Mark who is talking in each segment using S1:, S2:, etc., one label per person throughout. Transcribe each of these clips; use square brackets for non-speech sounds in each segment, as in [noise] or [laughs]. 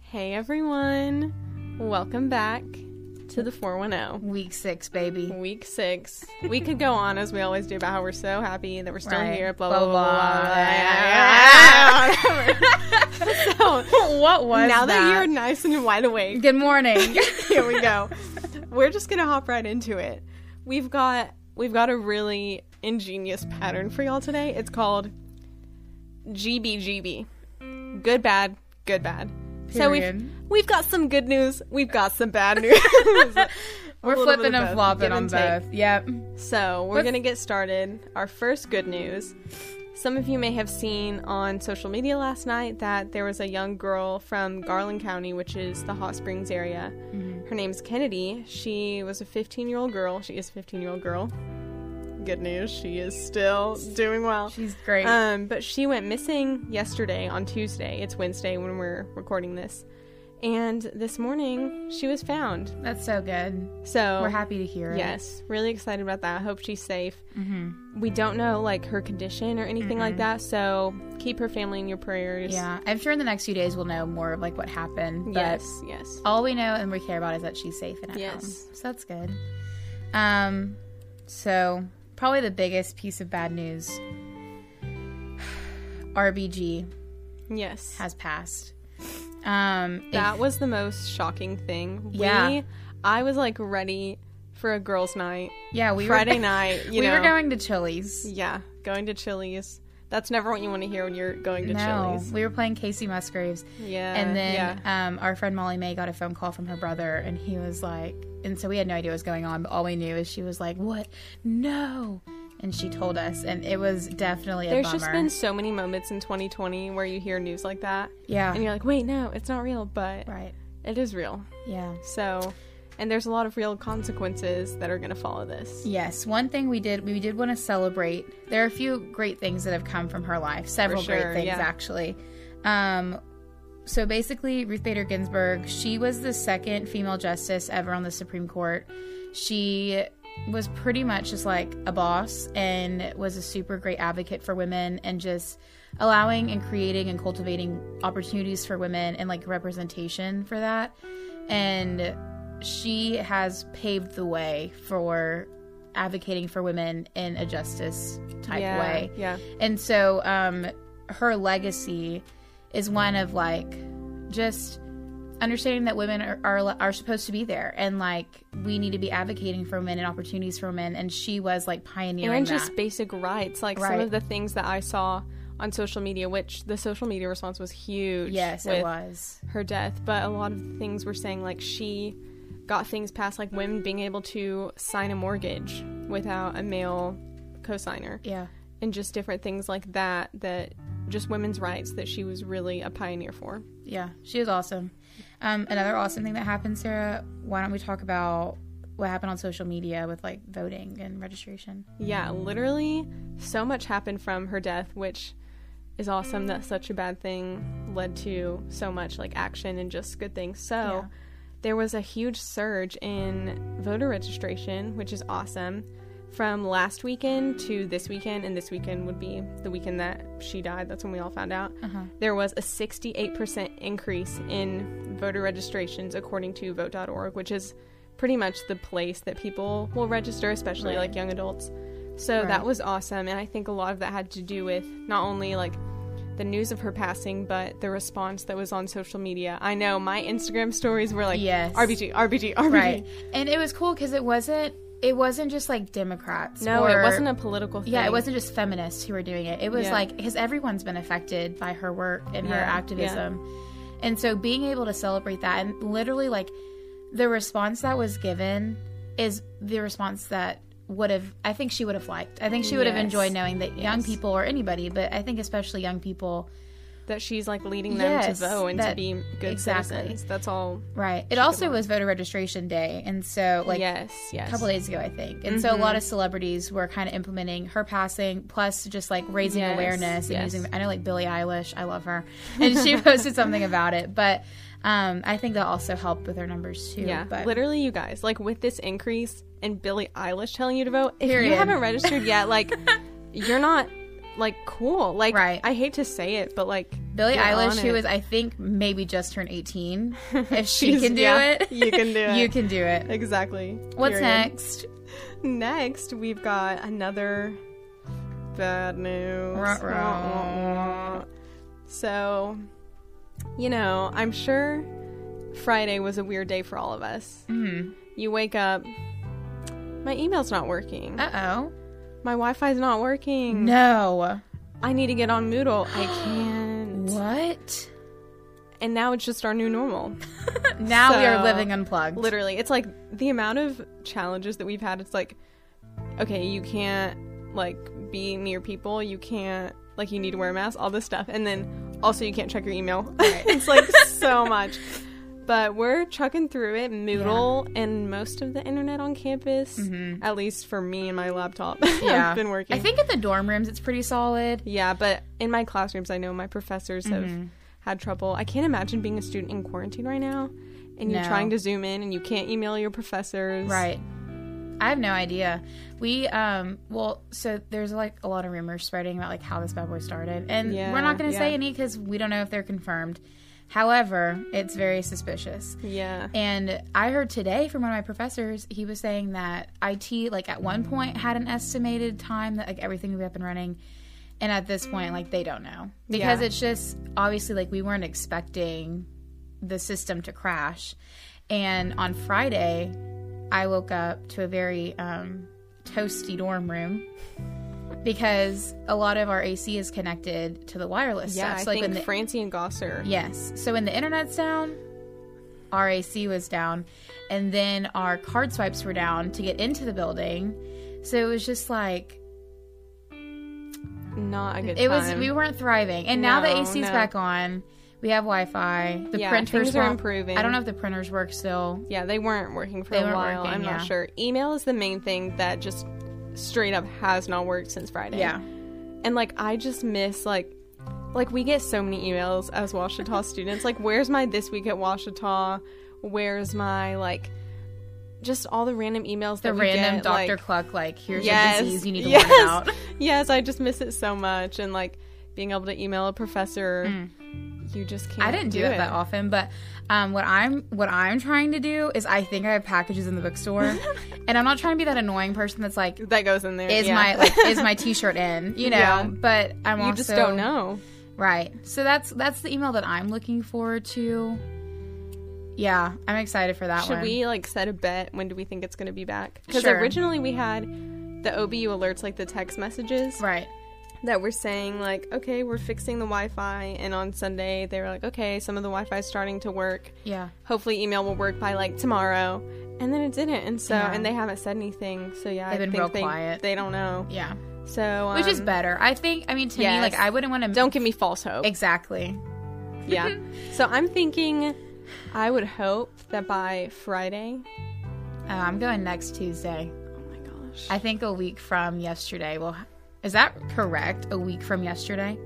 S1: Hey everyone. Welcome back to the 410.
S2: Week six, baby.
S1: Week 6. We could go on as we always do about how we're so happy that we're still
S2: Right.
S1: here, blah blah
S2: Blah,
S1: blah. blah, blah, blah. [laughs] so,
S2: What was
S1: now that?
S2: that?
S1: you're nice and wide awake,
S2: Good
S1: [laughs]
S2: morning.
S1: here we go. We're just going to hop right into it. We've got we've got a really ingenious pattern for y'all today. It's called GBGB. Good bad, good bad. So we've
S2: Period.
S1: we've got some good news, we've got some bad news.
S2: We're
S1: little bit
S2: flipping
S1: of
S2: and
S1: both.
S2: flopping
S1: Give
S2: on
S1: and take.
S2: both. Yep.
S1: So, we're
S2: Let's-
S1: going to get started. Our first good news. Some of you may have seen on social media last night that there was a young girl from Garland County, which is the Hot Springs area.
S2: Mm-hmm.
S1: Her name's Kennedy. She was a 15 year old girl. She is a 15 year old girl. Good news. She is still doing well.
S2: She's great.
S1: Um, but she went missing yesterday on Tuesday. It's Wednesday when we're recording this. And this morning, she was found.
S2: That's so good.
S1: So
S2: We're happy to hear it.
S1: Yes, really excited about that. Hope she's safe.
S2: Mm-hmm.
S1: We don't know like her condition or anything like that, so keep her family in your prayers.
S2: Yeah. I'm sure in the next few days we'll know more of like what happened. But
S1: Yes. Yes.
S2: All we know and we care about is that she's safe and at
S1: Yes.
S2: home. So that's good. Um, so probably the biggest piece of bad news. [sighs] RBG
S1: Yes.
S2: has passed. Um, if-
S1: That was the most shocking thing.
S2: Yeah.
S1: We, I was like ready for a girls' night,
S2: yeah, we
S1: Friday
S2: [laughs] were,
S1: night. You
S2: we
S1: know.
S2: were going to Chili's.
S1: Yeah, going to Chili's. That's never what you want to hear when you're going to
S2: No,
S1: Chili's.
S2: we were playing Casey Musgraves,
S1: Yeah.
S2: and then
S1: yeah.
S2: um, our friend Molly May got a phone call from her brother, and he was like, and so we had no idea what was going on, but all we knew is she was like, "What? No!" And she told us, and it was definitely a
S1: There's
S2: bummer.
S1: just been so many moments in 2020 where you hear news like that,
S2: yeah,
S1: and you're like, wait, no, it's not real, but
S2: right,
S1: it is real.
S2: yeah.
S1: So, and there's a lot of real consequences that are going to follow this.
S2: Yes, one thing we did we did want to celebrate. There are a few great things that have come from her life. Several
S1: sure,
S2: great things
S1: yeah.
S2: actually. Um so basically Ruth Bader Ginsburg, she was the second female justice ever on the Supreme Court. She was pretty much just like a boss and was a super great advocate for women and just allowing and creating and cultivating opportunities for women and like representation for that. And she has paved the way for advocating for women in a justice type
S1: yeah,
S2: way.
S1: Yeah.
S2: And so um, her legacy is one of like just understanding that women are, are are supposed to be there and like we need to be advocating for women and opportunities for women and she was like pioneering
S1: And
S2: that.
S1: just basic rights, like some
S2: Right.
S1: of the things that I saw on social media, which the social media response was huge.
S2: yes
S1: with
S2: it was
S1: her death, but a lot of the things were saying like she got things passed, like women being able to sign a mortgage without a male co-signer,
S2: yeah
S1: and just different things like that. That just women's rights that she was really a pioneer for.
S2: Yeah, she was awesome. Um, another awesome thing that happened, Sarah. Why don't we talk about what happened on social media with like voting and registration?
S1: Yeah, literally so much happened from her death, which is awesome that such a bad thing led to so much like action and just good things. So
S2: Yeah.
S1: there was a huge surge in voter registration, which is awesome. From last weekend to this weekend, and this weekend would be the weekend that she died. That's when we all found out.
S2: Uh-huh.
S1: There was a 68% increase in voter registrations, according to vote.org, which is pretty much the place that people will register, especially
S2: Right.
S1: like young adults. So
S2: Right.
S1: that was awesome, and I think a lot of that had to do with not only like the news of her passing, but the response that was on social media. I know my Instagram stories were like,
S2: Yes.
S1: RBG, RBG, RBG.
S2: Right, and it was cool because it wasn't it wasn't just like Democrats.
S1: No,
S2: or-
S1: it wasn't a political thing.
S2: yeah, it wasn't just feminists who were doing it. It was
S1: Yeah.
S2: like because everyone's been affected by her work and her
S1: Yeah, yeah.
S2: activism, and so being able to celebrate that and literally like the response that was given is the response that would have I think she would have liked. I think she would have
S1: Yes.
S2: enjoyed knowing that young
S1: Yes.
S2: people or anybody, but I think especially young people
S1: that she's like leading them
S2: Yes,
S1: to vote and to
S2: that-
S1: be good
S2: exactly.
S1: citizens. That's all.
S2: Right. It also was voter registration day, and so like
S1: yes, yes.
S2: a couple days ago, I think. And so a
S1: Mm-hmm.
S2: lot of celebrities were kind of implementing her passing, plus just like raising
S1: Yes,
S2: awareness and
S1: yes.
S2: using. I know like Billie Eilish, I love her, and she [laughs] posted something about it. But um, I think that also helped with her numbers too.
S1: yeah,
S2: but
S1: literally, you guys, like with this increase and Billie Eilish telling you to vote, if you
S2: Period.
S1: haven't
S2: [laughs]
S1: registered yet, like you're not like cool. Like
S2: Right.
S1: I hate to say it, but like
S2: Billie
S1: Get
S2: Eilish,
S1: on
S2: who
S1: it.
S2: is I think maybe just turned
S1: [laughs]
S2: eighteen, if she
S1: She's-
S2: can do
S1: yeah,
S2: it,
S1: you can do it.
S2: [laughs] you can do it.
S1: Exactly.
S2: What's
S1: Period.
S2: next?
S1: Next, we've got another bad news.
S2: Ruh, ruh.
S1: So, you know, I'm sure Friday was a weird day for all of us. You wake up, my email's not working,
S2: Uh oh.
S1: my Wi Fi's not working.
S2: No.
S1: I need to get on Moodle. I can't.
S2: What?
S1: And now it's just our new normal.
S2: Now we are
S1: So-
S2: living unplugged.
S1: Literally, it's like the amount of challenges that we've had. It's like, okay, you can't like be near people. You can't like you need to wear a mask. All this stuff, and then also you can't check your email. [laughs] it's like so much. But we're trucking through it. Moodle and most of the internet on campus, at least for me and my laptop, [laughs] yeah.
S2: yeah.
S1: have been working.
S2: I think at the dorm rooms it's pretty solid.
S1: Yeah, but in my classrooms, I know my professors have
S2: Mm-hmm.
S1: had trouble. I can't imagine being a student in quarantine right now and
S2: No.
S1: you're trying to Zoom in and you can't email your professors.
S2: Right. I have no idea. We um well so there's like a lot of rumors spreading about like how this bad boy started. And
S1: Yeah,
S2: we're not going to say
S1: yeah.
S2: any cuz we don't know if they're confirmed. However, it's very suspicious.
S1: Yeah.
S2: And I heard today from one of my professors, he was saying that IT, like at one point, had an estimated time that like everything would be up and running. And at this point, like they don't know. Because
S1: Yeah.
S2: it's just obviously like we weren't expecting the system to crash. And on Friday, I woke up to a very um, toasty dorm room because a lot of our AC is connected to the wireless
S1: Yeah,
S2: stuff.
S1: I
S2: So, like, when
S1: think
S2: the-
S1: Francie and Gosser.
S2: Yes. So when the internet's down, our AC was down, and then our card swipes were down to get into the building. So it was just like
S1: Not a good
S2: it was
S1: time.
S2: we weren't thriving. And now the
S1: No,
S2: AC's
S1: no.
S2: back on. We have Wi-Fi. The
S1: Yeah,
S2: printers
S1: things are
S2: won't-
S1: improving.
S2: I don't know if the printers work still.
S1: yeah, they weren't working for
S2: They
S1: a
S2: weren't
S1: while.
S2: working,
S1: I'm
S2: yeah.
S1: not sure. Email is the main thing that just straight up has not worked since Friday.
S2: Yeah.
S1: And like I just miss like like we get so many emails as Washita
S2: [laughs]
S1: students. Like where's my this week at Washita? Where's my like just all the random emails
S2: The
S1: that we
S2: random
S1: get,
S2: Dr.
S1: like,
S2: Cluck, like, here's
S1: Yes,
S2: a disease
S1: [laughs]
S2: you need to
S1: yes,
S2: learn about.
S1: yes, I just miss it so much and like being able to email a professor you just can't
S2: Mm. I didn't do,
S1: do
S2: it that often, but um, what I'm what I'm trying to do is I think I have packages in
S1: [laughs]
S2: the bookstore, and I'm not trying to be that annoying person that's like,
S1: That goes in there.
S2: is
S1: yeah. [laughs]
S2: my like is my t-shirt in you know
S1: Yeah.
S2: but i'm
S1: You
S2: also
S1: just don't know.
S2: right so that's that's the email that i'm looking forward to yeah i'm excited for that
S1: Should
S2: one
S1: we like set a bet? When do we think it's going to be back? Because
S2: Sure.
S1: originally we had the OBU alerts, like the text messages
S2: right
S1: that were saying like, okay, we're fixing the Wi-Fi, and on Sunday they were like, okay, some of the Wi-Fi is starting to work.
S2: yeah
S1: Hopefully, email will work by like tomorrow, and then it didn't, and so
S2: Yeah.
S1: and they haven't said anything. So yeah,
S2: They've
S1: I
S2: been
S1: think
S2: real
S1: they,
S2: quiet.
S1: They don't know.
S2: yeah
S1: So
S2: which is
S1: um,
S2: better i think i mean to me
S1: yes.
S2: like i wouldn't want to
S1: Don't give me false hope.
S2: exactly
S1: yeah. So I'm thinking, I would hope that by Friday.
S2: uh, i'm going next tuesday
S1: Oh my gosh.
S2: i think a week from yesterday well is that correct a week from yesterday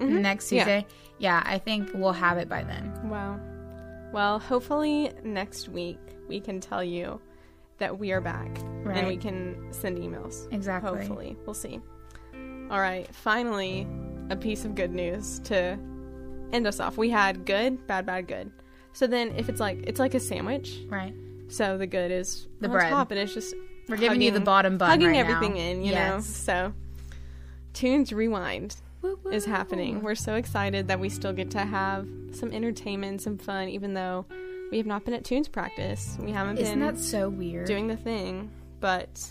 S2: next
S1: Mm-hmm. Yeah.
S2: tuesday yeah i think we'll have it by then
S1: Wow. Well, hopefully next week we can tell you that we are back
S2: Right.
S1: and we can send emails.
S2: Exactly.
S1: Hopefully. We'll see. All right. Finally, a piece of good news to end us off. We had good, bad, bad, good. So then if it's like it's like a sandwich.
S2: right
S1: So the good is
S2: The
S1: on
S2: bread.
S1: top and it's just
S2: We're giving you the
S1: hugging-
S2: bottom bun
S1: hugging
S2: right
S1: everything
S2: now.
S1: in, you know.
S2: Yes.
S1: So Tunes Rewind
S2: Woo, woo.
S1: is happening. We're so excited that we still get to have some entertainment, some fun, even though we have not been at tunes practice. We haven't
S2: isn't
S1: been
S2: that so weird
S1: doing the thing, but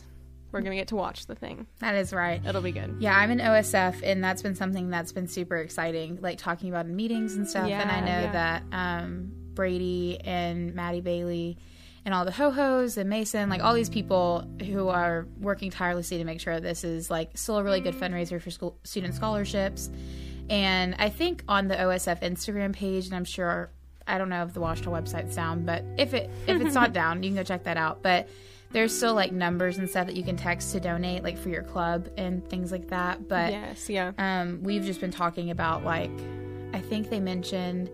S1: we're gonna get to watch the thing.
S2: that is right
S1: It'll be good.
S2: Yeah, I'm an OSF, and that's been something that's been super exciting, like talking about in meetings and stuff. and I
S1: Yeah,
S2: know
S1: yeah.
S2: that um, Brady and Maddie Bailey and all the ho hos and Mason, like all these people who are working tirelessly to make sure this is like still a really good fundraiser for school student scholarships. And I think on the OSF Instagram page, and I'm sure I don't know if the Washita website's down, but if it if
S1: [laughs]
S2: it's not down, you can go check that out. But there's still like numbers and stuff that you can text to donate, like for your club and things like that. But
S1: Yes, yeah.
S2: um, we've just been talking about like I think they mentioned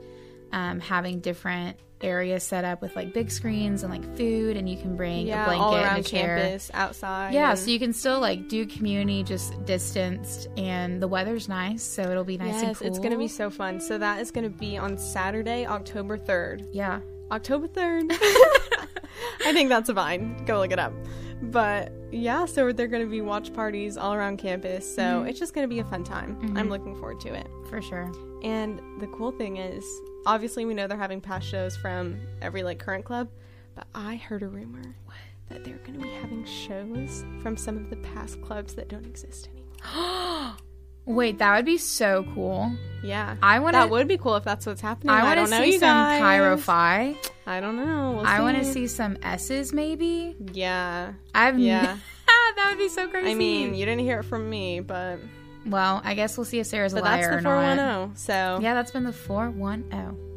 S2: um, having different area set up with like big screens and like food, and you can bring
S1: yeah,
S2: a blanket
S1: all
S2: and
S1: around
S2: a chair.
S1: campus, outside.
S2: Yeah,
S1: and-
S2: so you can still like do community just distanced, and the weather's nice, so it'll be nice and
S1: yes,
S2: cool.
S1: it's going to be so fun. So that is going to be on Saturday, October 3rd.
S2: yeah,
S1: October
S2: [laughs]
S1: 3rd. I think that's fine. Go look it up. But yeah, so they're going to be watch parties all around campus. So
S2: Mm-hmm.
S1: it's just going to be a fun time. I'm looking forward to it.
S2: for sure.
S1: And the cool thing is, obviously, we know they're having past shows from every like current club, but I heard a rumor that they're going to be having shows from some of the past clubs that don't exist anymore.
S2: Wait, that would be so cool.
S1: Yeah,
S2: I wanna-
S1: That would be cool if that's what's happening.
S2: I
S1: I,
S2: want
S1: don't
S2: to
S1: know,
S2: see
S1: you
S2: some
S1: guys.
S2: Cairo Phi.
S1: I don't know. We'll
S2: I want to see some S's maybe.
S1: Yeah,
S2: I've
S1: Yeah.
S2: [laughs] that would be so crazy.
S1: I mean, you didn't hear it from me, but
S2: well, I guess we'll see if Sarah's a
S1: but
S2: liar
S1: that's
S2: or
S1: the four oh.
S2: not.
S1: one zero. So
S2: Yeah, that's been the 410.